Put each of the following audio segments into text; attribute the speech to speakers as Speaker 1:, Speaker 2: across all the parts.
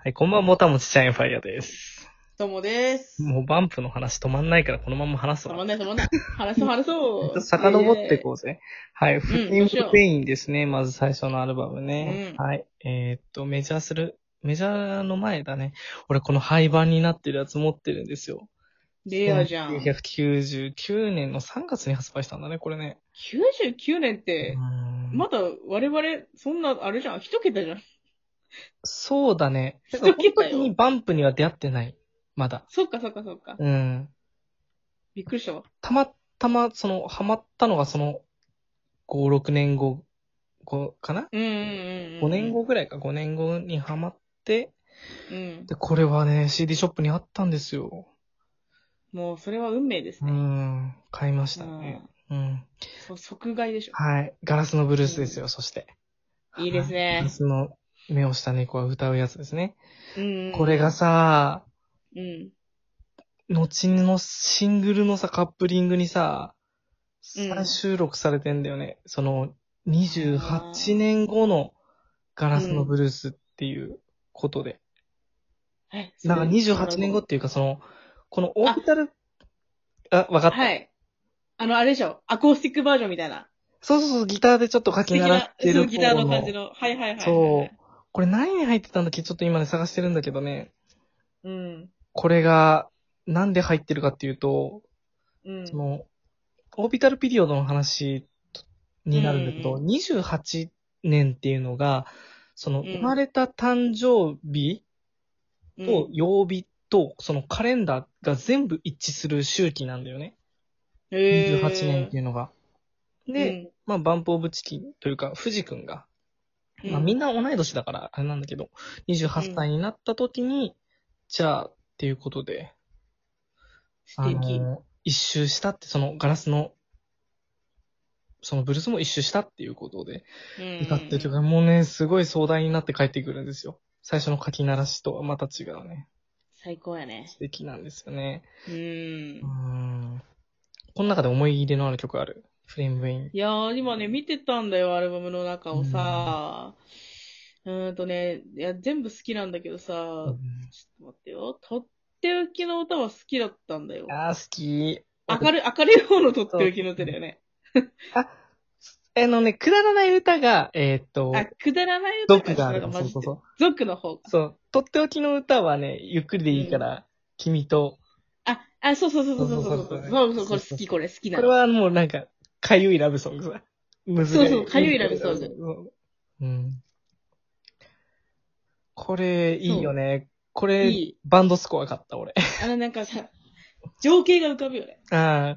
Speaker 1: はい、こんばんは、もたもちちゃんファイヤーです。
Speaker 2: ともです。
Speaker 1: もうバンプの話止まんないから、このまま話す
Speaker 2: 止
Speaker 1: わ。
Speaker 2: まんない止まんない。話そう話
Speaker 1: ちょ
Speaker 2: そ
Speaker 1: っ
Speaker 2: う。
Speaker 1: と 遡ってこうぜ。はい、フ
Speaker 2: うん
Speaker 1: ッイ
Speaker 2: ど
Speaker 1: ン
Speaker 2: うしよう
Speaker 1: フペインですね、まず最初のアルバムね。
Speaker 2: う
Speaker 1: はい。えーっと、メジャーする、メジャーの前だね。俺、この廃盤になってるやつ持ってるんですよ。
Speaker 2: イエーイレアじゃん。
Speaker 1: 1999年の3月に発売したんだね、これね。
Speaker 2: 99年っ
Speaker 1: う
Speaker 2: て、
Speaker 1: ん
Speaker 2: まだ我々、そんな、あれじゃん、一桁じゃん。
Speaker 1: そうだね。
Speaker 2: 一
Speaker 1: だからこの
Speaker 2: 桁よ
Speaker 1: 時にバンプには出会ってない。まだ。
Speaker 2: そっかそっかそっか。
Speaker 1: うん。
Speaker 2: びっくりしたわ。
Speaker 1: たまたま、その、ハマったのがその、5、6年後、後かな
Speaker 2: うんうんうん。
Speaker 1: ?5 年。後ぐらいか、5年後にハマって、
Speaker 2: うん。
Speaker 1: で、これはね、CD ショップにあったんですよ。
Speaker 2: もう、それは運命です
Speaker 1: う
Speaker 2: ね。
Speaker 1: ん、買いました
Speaker 2: うん
Speaker 1: ね。うん。
Speaker 2: そう即買いでしょ。
Speaker 1: はい。ガラスのブルースですよ、そして。
Speaker 2: いいです
Speaker 1: はいガ
Speaker 2: ね
Speaker 1: ラ。スの目をした猫は歌うやつですね。
Speaker 2: うんうん。
Speaker 1: これがさ、
Speaker 2: うん。
Speaker 1: 後のシングルのさ、カップリングにさ、
Speaker 2: うん
Speaker 1: 再収録されてんだよね。その、28年後のガラスのブルースっていうことで。
Speaker 2: え
Speaker 1: なんか28年後っ。ていうか、その、このオービタル、あ、わか
Speaker 2: そ
Speaker 1: った、
Speaker 2: れはい。あの、あれでしょ。アコースティックバージョンみたいな。
Speaker 1: そうそうそう、ギターでちょっと書き鳴らして
Speaker 2: そう
Speaker 1: る
Speaker 2: ギター
Speaker 1: 方
Speaker 2: の感
Speaker 1: の
Speaker 2: じ。の。はいはいはいはい。
Speaker 1: そう。これ何に入ってたんだっけちょっと今ね探してるんだけどね。
Speaker 2: う。うん。
Speaker 1: これが、なんで入ってるかっていうと、
Speaker 2: うん。
Speaker 1: その、オービタルピリオドの話とになるんだけど、
Speaker 2: う
Speaker 1: 28年っていうのが、その、
Speaker 2: うん
Speaker 1: 生まれた誕生日と
Speaker 2: うん
Speaker 1: 曜日と、そのカレンダーが全部一致する周期なんだよね。
Speaker 2: へー
Speaker 1: 28年っていうのが。で、
Speaker 2: うん
Speaker 1: まあ、バンプオブチキンというか、藤君が、まあ、みんな同い年だから、あれなんだけど、28歳になった時に、じゃあ、っていうことで、
Speaker 2: 素
Speaker 1: あ
Speaker 2: 敵。
Speaker 1: の、一周したって、そのガラスの、そのブルースも一周したっていうことで、歌ってる曲がもうね、すごい壮大になって帰ってくるんですよ。最初の書き鳴らしとはまた違うね。
Speaker 2: 最高やね。
Speaker 1: 素敵なんですよね。
Speaker 2: うん
Speaker 1: うー。ん。この中で思い入れのある曲あるフレームウェイン。
Speaker 2: いやー、今ね、見てたんだよ、アルバムの中をさ。うーんとね、いや、全部好きなんだけどさ、ち
Speaker 1: う
Speaker 2: ょっ
Speaker 1: ん
Speaker 2: と待ってよ。とっておきの歌は好きだったんだよ。
Speaker 1: あー、好き。
Speaker 2: 明るい、明るい方のとっておきの歌だよね。
Speaker 1: あのね、くだらない歌が、えーっと、
Speaker 2: あ、くだらない歌
Speaker 1: 毒がある。そ
Speaker 2: マ
Speaker 1: う
Speaker 2: ジ
Speaker 1: そう
Speaker 2: で
Speaker 1: そ。う。
Speaker 2: 族の方か。
Speaker 1: そう、とっておきの歌はね、ゆっくりでいいから、君と、
Speaker 2: あ、あ、そうそうそうそうそうそう。
Speaker 1: そ
Speaker 2: そ
Speaker 1: そう
Speaker 2: うう
Speaker 1: そう
Speaker 2: そう、これ好き、これ好きな
Speaker 1: これ
Speaker 2: の。
Speaker 1: はもうなんか、かゆいラブソングさ。難しい。
Speaker 2: そうそうかゆいラブソン
Speaker 1: グ。うん。これ、いいよね。これ、
Speaker 2: いい
Speaker 1: バンドスコア買った、俺。
Speaker 2: あの、なんかさ、情景が浮かぶよね。
Speaker 1: ああ。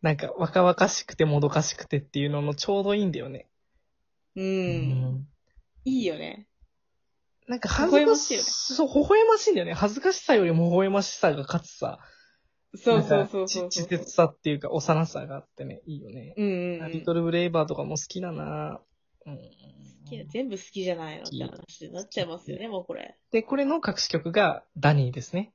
Speaker 1: なんか、若々しくてもどかしくてっていうののちょうどいいんだよね。
Speaker 2: う。。
Speaker 1: うん
Speaker 2: いいよね。
Speaker 1: なんか、恥ずかし
Speaker 2: 微笑ましいよね
Speaker 1: そう、微笑ましいんだよね。恥ずかしさよりも微笑ましさが勝つさ。
Speaker 2: そうそうそうそう
Speaker 1: な
Speaker 2: そ
Speaker 1: んか
Speaker 2: う。
Speaker 1: ち稚拙さっていうか、幼さがあってね、いいよね。
Speaker 2: うんうんうん。
Speaker 1: リトルブレイバーとかも好きだなうん。
Speaker 2: 好きな全部好きじゃないのって話になっちゃいますよね、もうこれ。
Speaker 1: で、これの隠し曲がダニーですね。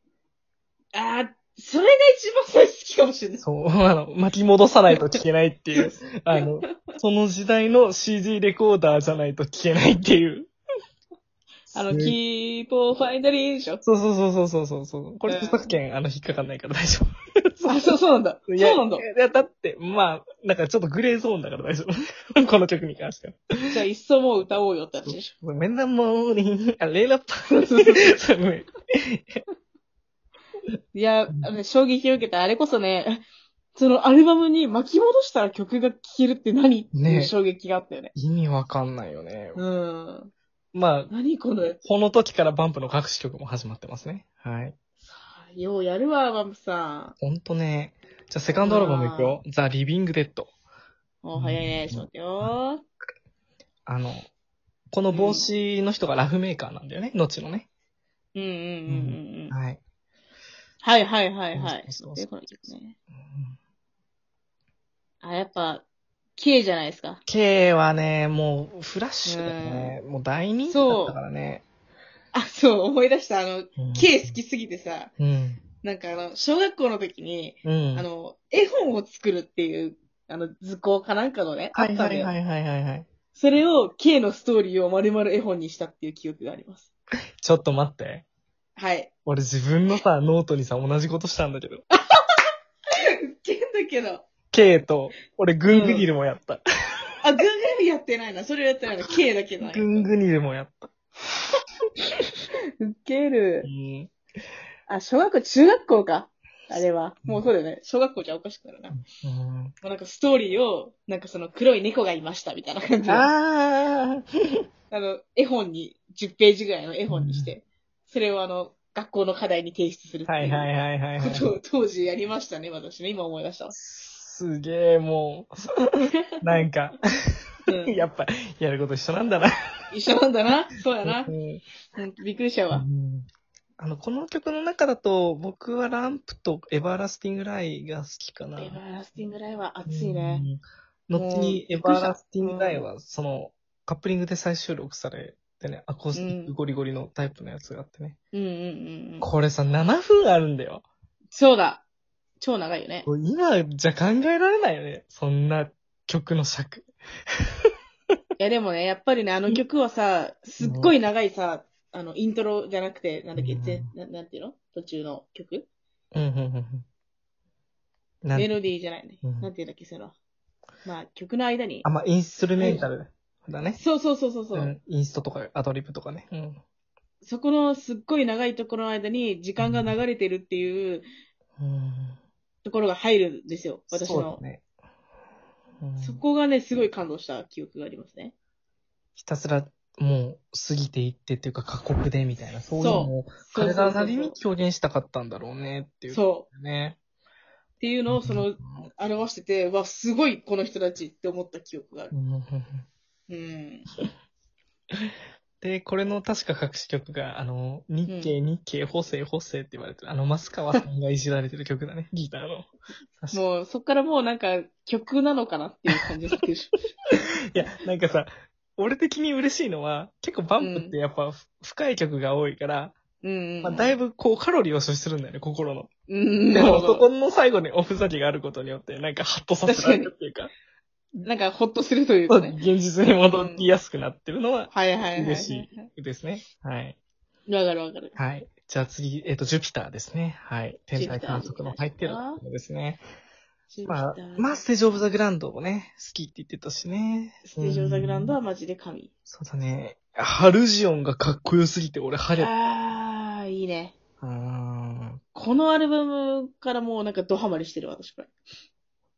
Speaker 2: ああ、それが一番最好きかもしれない。
Speaker 1: そう、 あの、巻き戻さないと聞けないって いう、あの、その時代の CD レコーダーじゃないと聞けないっていう。
Speaker 2: あの、
Speaker 1: す
Speaker 2: keep on finally でしょ。
Speaker 1: そうそうそうそうそうそう。これ著作権、あの、引っかかんないから大丈
Speaker 2: あ、そうそうなんだ。 そ
Speaker 1: 夫。
Speaker 2: う
Speaker 1: いや
Speaker 2: なんだ。
Speaker 1: いや、だって、まあ、なんかちょっとグレーゾーンだから大丈夫。 この曲に関しては。
Speaker 2: じゃあ、いっそもう歌おうよって話でし
Speaker 1: メンダモーリン、あ、レイラッパー。
Speaker 2: ょ。いや、あの、衝撃を受けた。あれこそね、そのアルバムに巻き戻したら曲が聴けるって何って
Speaker 1: ね
Speaker 2: い
Speaker 1: え
Speaker 2: う衝撃があったよね。
Speaker 1: 意味わかんないよね。
Speaker 2: うん。
Speaker 1: まあ、
Speaker 2: 何この、
Speaker 1: この時からバンプの隠し曲も始まってますね。はい。
Speaker 2: ようやるわ、バンプさ
Speaker 1: ほんとね。じゃあ、セカンドアルバムいくよ。ザ・リビング・デッド。
Speaker 2: ん。もう早いね。ちょっと待ってよ
Speaker 1: あの、この帽子の人がラフメーカーなんだよね、後のね。
Speaker 2: うんうんうんうんうん。
Speaker 1: はい。
Speaker 2: はいはいはいはい。
Speaker 1: そうそうそう
Speaker 2: でこの曲ね。あ、やっぱ、K じゃないですか。
Speaker 1: K はね、もう、フラッシュだよね。もう大人気だったからね。
Speaker 2: あ、そう、思い出した。あの、
Speaker 1: うん
Speaker 2: K 好きすぎてさ、
Speaker 1: うん。
Speaker 2: なんかあの、小学校の時に、
Speaker 1: うん。
Speaker 2: あ、の、絵本を作るっていう、あの、図工かなんかのね、あ
Speaker 1: は
Speaker 2: った
Speaker 1: い
Speaker 2: んだ
Speaker 1: は
Speaker 2: よ。
Speaker 1: いはいはいはいはい。
Speaker 2: それを、K のストーリーを丸々絵本にしたっていう記憶があります。
Speaker 1: ちょっと待って。
Speaker 2: はい。
Speaker 1: 俺自分のさ、ノートにさ、同じことしたんだけど。
Speaker 2: けんだけど。
Speaker 1: K と、俺グングニルもやった。
Speaker 2: あ、グングルやってないな。それやってないな。K だけない。
Speaker 1: グングニルもやった。
Speaker 2: ウケる
Speaker 1: う。ん。
Speaker 2: あ、小学校、中学校か。あれは。もうそうだよね。小学校じゃおかしくなるな。も
Speaker 1: うん
Speaker 2: うなんかストーリーを、なんかその黒い猫がいましたみたいな感じで。あ
Speaker 1: あー
Speaker 2: の、絵本に、10ページぐらいの絵本にして、それをあの、学校の課題に提出するって
Speaker 1: はいいはいうはいはい、は
Speaker 2: こ
Speaker 1: い。
Speaker 2: とを当時やりましたね、私ね。今思い出したわ。
Speaker 1: すげえ、も う。なんか、
Speaker 2: うん、
Speaker 1: やっぱ、やること一緒なんだな。
Speaker 2: 一緒なんだな。そうやな
Speaker 1: う。ん
Speaker 2: うんびっくりしちゃうわ。
Speaker 1: あの、この曲の中だと、僕はランプとエバーラスティングライが好きかな。
Speaker 2: エバーラスティングラインは熱いね。
Speaker 1: うん。後にエバーラスティングライは、その、カップリングで再収録されてね、アコースティックゴリゴリのタイプのやつがあってね。
Speaker 2: うんうんうんうん。
Speaker 1: これさ、7分あるんだよ。
Speaker 2: そうだ。超長いよね。
Speaker 1: これ今じゃ考えられないよね。そんな曲の尺。
Speaker 2: いやでもね、やっぱりね、あの曲はさ、すっごい長いさ、あの、イントロじゃなくて、なんだっけ、
Speaker 1: うん
Speaker 2: ぜななんていうの途中の曲
Speaker 1: うんうんうんうん。なん
Speaker 2: メロディーじゃないね。
Speaker 1: うん
Speaker 2: なんていうんだっけ、その。まあ、曲の間に
Speaker 1: あ、。まあ、インストゥルメンタルだね。
Speaker 2: そうそうそうそうそうう、
Speaker 1: ん。インストとかアドリブとかね。うん。
Speaker 2: そこのすっごい長いところの間に時間が流れてるっていう
Speaker 1: うん、
Speaker 2: ところが入るんですよ、私
Speaker 1: そう
Speaker 2: の
Speaker 1: だ。ね。うん
Speaker 2: そこがね、すごい感動した記憶がありますね。
Speaker 1: ひたすらもう過ぎていってっていうか過酷でみたいな、そういう
Speaker 2: そ
Speaker 1: の
Speaker 2: う
Speaker 1: を
Speaker 2: そう
Speaker 1: 彼
Speaker 2: そう
Speaker 1: ら
Speaker 2: そ
Speaker 1: な
Speaker 2: う
Speaker 1: りに表現したかったんだろうねっていう、
Speaker 2: そう。
Speaker 1: う。ね。
Speaker 2: っていうのを、その、
Speaker 1: う
Speaker 2: 表してて、わ、すごいこの人たちって思った記憶がある。
Speaker 1: ん
Speaker 2: うん。
Speaker 1: で、これの確か隠し曲が、あの、日系、日系、補正、補正って言われてる、あの、マスカワさんがいじられてる曲だ ね、ギターの。
Speaker 2: もう、そっからもうなんか、曲なのかなっていう感じがす る。
Speaker 1: いや、なんかさ、俺的に嬉しいのは、結構バンプってやっぱふ深い曲が多いから、
Speaker 2: うん。
Speaker 1: まあ、だい
Speaker 2: ぶ、
Speaker 1: ぶこうカロリーを消費するんだよね、心の。
Speaker 2: うん。
Speaker 1: でもそこ
Speaker 2: こ
Speaker 1: の最後におふざけがあることによって、なんかハッとさせられるっていうか、
Speaker 2: なんか、ほっとするという
Speaker 1: そ
Speaker 2: か
Speaker 1: う
Speaker 2: ね。
Speaker 1: 現実に戻りやすくなってるのは
Speaker 2: はいはいはい。
Speaker 1: 嬉しいですね。はい。
Speaker 2: い。わかるわかる。
Speaker 1: はい。じゃあ次、えっ、と、ジュピターですね。はい。天体観測の入ってるものですね。まあ、まあ、ステージオブザグランドもね、好きって言ってたしね。
Speaker 2: ステージオブザグラウンド
Speaker 1: うん
Speaker 2: はマジで神。
Speaker 1: そうだね。ハルジオンがかっこよすぎて、俺、晴れ
Speaker 2: あー、いいね。
Speaker 1: た。うん。
Speaker 2: このアルバムからもうなんかドハマりしてるわ、私これ。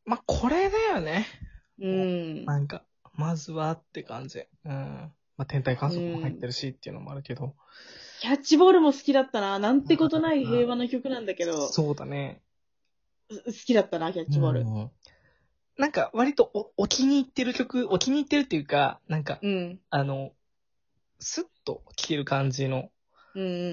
Speaker 1: まあ、これだよね。
Speaker 2: うん。
Speaker 1: なんか、まずはって感じ。うん。まあ、天体観測も入ってるしっていうのもあるけど。
Speaker 2: キャッチボールも好きだったな。なんてことない平和な曲なんだけど、好
Speaker 1: そうだね。
Speaker 2: きだったな、キャッチボール。
Speaker 1: うんなんか、割とお、お気に入ってる曲、お気に入ってるっていうか、なんか、
Speaker 2: うん。
Speaker 1: あの、スッと聴ける感じの。
Speaker 2: うんうんうんう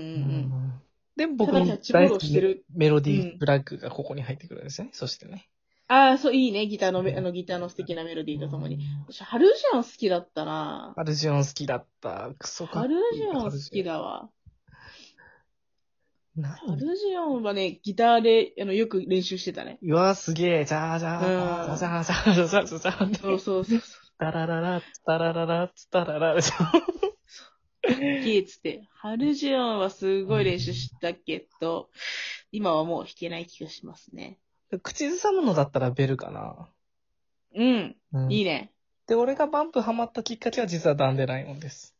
Speaker 2: ん。
Speaker 1: で、僕
Speaker 2: ただキャ
Speaker 1: の
Speaker 2: ッチボ
Speaker 1: 大
Speaker 2: ール
Speaker 1: 好
Speaker 2: をし
Speaker 1: き
Speaker 2: て
Speaker 1: な
Speaker 2: る
Speaker 1: メロディ
Speaker 2: うん
Speaker 1: ーブラックがここに入ってくるんですよね。そしてね。
Speaker 2: ああ、そう、いいね。ギターのめ、あの、ギターの素敵なメロディーとともに。私、ハルジャン好きだったな
Speaker 1: ハルジオン好きだった。クソか
Speaker 2: ハ
Speaker 1: っこ
Speaker 2: ル
Speaker 1: いい
Speaker 2: ジャン好き
Speaker 1: ハ
Speaker 2: だ
Speaker 1: ルジオン。
Speaker 2: わ。ハ
Speaker 1: 何
Speaker 2: ルジャンはね、ギターで、あの、よく練習してたね。
Speaker 1: うわ、すげえ。じゃあじゃ
Speaker 2: う
Speaker 1: あ、
Speaker 2: ん
Speaker 1: じゃあじゃあじゃあじゃあじゃあじゃあじゃ
Speaker 2: そう
Speaker 1: あ。
Speaker 2: そうそう。
Speaker 1: タラララ、タラララ、タラララ。
Speaker 2: 弾けっつって。ハルジャンはすごい練習したけど、今はもう弾けない気がしますね。
Speaker 1: 口ずさむのだったらベルかな。
Speaker 2: うん。
Speaker 1: うん
Speaker 2: いいね。
Speaker 1: で、俺がバンプハマったきっかけは実はダンデライオンです。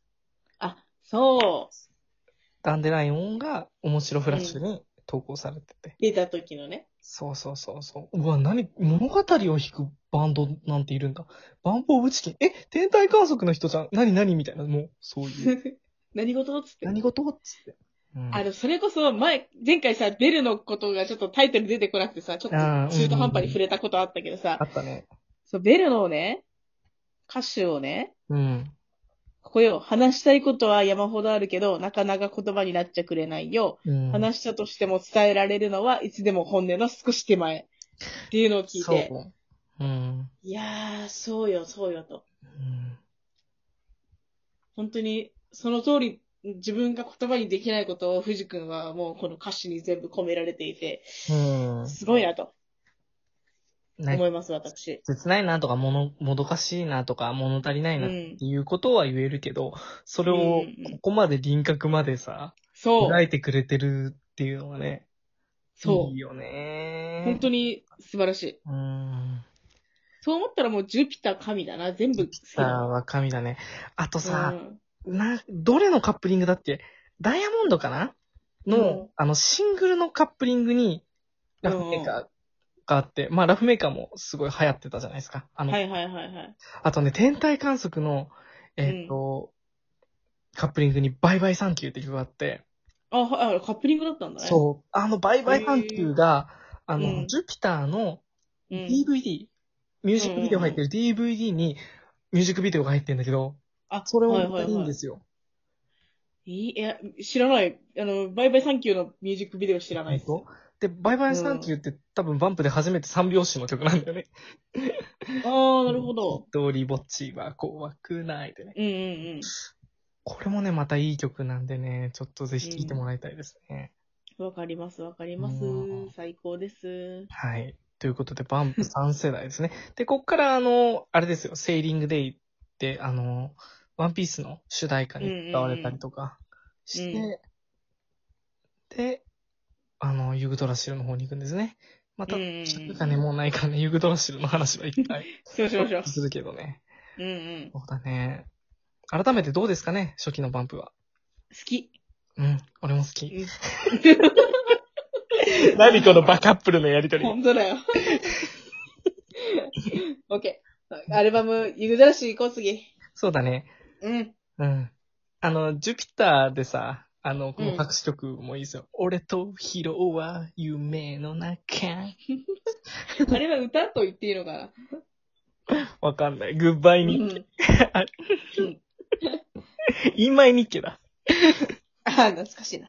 Speaker 2: あ、そう。
Speaker 1: ダンデライオンが面白フラッシュに投稿されてて。
Speaker 2: 出た時のね。
Speaker 1: そうそうそうそう。うわ、何、物語を弾くバンドなんているんだ。バンプオブチキン。え、天体観測の人じゃん。何何みたいな、もう、そういう。
Speaker 2: 何事っつって。
Speaker 1: 何事っつって。うん
Speaker 2: あの、それこそ前、前回さ、ベルのことがちょっとタイトル出てこなくてさ、ちょっと
Speaker 1: あー
Speaker 2: 中途半端に触れたことあったけどさ
Speaker 1: あ、ったね。
Speaker 2: そう、ベルのね、歌手をね、
Speaker 1: うん。
Speaker 2: ここよ、話したいことは山ほどあるけど、なかなか言葉になっちゃくれないよ。
Speaker 1: うん、
Speaker 2: 話したとしても伝えられるのは、いつでも本音の少し手前。っていうのを聞いて、
Speaker 1: そう。うん。
Speaker 2: いやー、そうよ、そうよと。
Speaker 1: うん
Speaker 2: 本当に、その通り、自分が言葉にできないことを藤君はもうこの歌詞に全部込められていて、
Speaker 1: うん。
Speaker 2: すごいなと。
Speaker 1: ない
Speaker 2: 思います、私。
Speaker 1: 切ないなとか、もの、もどかしいなとか、物足りな
Speaker 2: う
Speaker 1: いなって
Speaker 2: ん。
Speaker 1: いうことは言えるけど、それ
Speaker 2: うんう
Speaker 1: を
Speaker 2: んうん
Speaker 1: ここまで輪郭までさ、
Speaker 2: そう。
Speaker 1: 描いてくれてるっていうのがね、
Speaker 2: そ
Speaker 1: いいよね
Speaker 2: う。。本当に素晴らしい。
Speaker 1: うん。
Speaker 2: そう思ったらもうジュピター神だな。全部好き
Speaker 1: さ
Speaker 2: だ
Speaker 1: あ、
Speaker 2: な。
Speaker 1: は神だね。あと
Speaker 2: う
Speaker 1: さ、
Speaker 2: ん
Speaker 1: な、どれのカップリングだっけダイヤモンドかなの、
Speaker 2: うん
Speaker 1: あの、シングルのカップリングに、ラフメーカーがあって、まあ、ラフメーカーもすごい流行ってたじゃないですか。あの、
Speaker 2: はいはいはいはい。
Speaker 1: あとね、天体観測の、えっ、と、カップリングにバイバイサンキューって曲があって、
Speaker 2: あ、はいあ、カップリングだったんだね。
Speaker 1: そう、あのバイバイサンキューが、あの、
Speaker 2: うん
Speaker 1: ジュピターの
Speaker 2: う
Speaker 1: DVD、
Speaker 2: ん。
Speaker 1: ミュージックビデオ入ってる DVD にミュージックビデオが入ってるんだけど、
Speaker 2: あ、
Speaker 1: それを
Speaker 2: は
Speaker 1: や
Speaker 2: い
Speaker 1: っ
Speaker 2: は
Speaker 1: ぱ
Speaker 2: い
Speaker 1: りいいん
Speaker 2: は
Speaker 1: で
Speaker 2: い。
Speaker 1: すよ。
Speaker 2: いいいや、知らない。あの、バイバイサンキューのミュージックビデオ知らないです。
Speaker 1: 本当で、バイバイサンキューって、多分バンプで初めて3拍子の曲なんだよね。
Speaker 2: ああ、なるほど。
Speaker 1: 通りぼっちは怖くないでね。
Speaker 2: うんうん
Speaker 1: これもね、またいい曲なんでね、ちょっとぜひ聴いてもらいたいですね。
Speaker 2: うん。わかります、わかります
Speaker 1: うん。
Speaker 2: 最高です。
Speaker 1: はい。ということで、バンプ3世代ですね。で、こっから、あの、あれですよ、セーリングデイって、あの、ワンピースの主題歌に使われたりとかして、
Speaker 2: うん
Speaker 1: で、あの、ユグドラシルの方に行くんですね。また、
Speaker 2: うんうんうん
Speaker 1: 尺がね、もうないからね、ユグドラシルの話は一回
Speaker 2: しましょうしましょ
Speaker 1: するけどね。
Speaker 2: う。うんうん。好
Speaker 1: そうだね。改めてどうですかね、初期のバンプは。
Speaker 2: き。
Speaker 1: うん、俺も好き。
Speaker 2: うん
Speaker 1: 何このバカップルのやりと
Speaker 2: 本当だよ。 オッケー。アルバム、ユグダラシ行こう、次。
Speaker 1: そうだね。
Speaker 2: うん。
Speaker 1: うん。あの、ジュピターでさ、あの、こ
Speaker 2: う
Speaker 1: の
Speaker 2: ん
Speaker 1: 拍詞曲もいいですよ。俺とヒロは夢の中。
Speaker 2: あれは歌と言っていいのかな
Speaker 1: わかんない。グッバイ
Speaker 2: う
Speaker 1: に。
Speaker 2: ん。
Speaker 1: インマイニッケだ。
Speaker 2: あ、懐かしいな。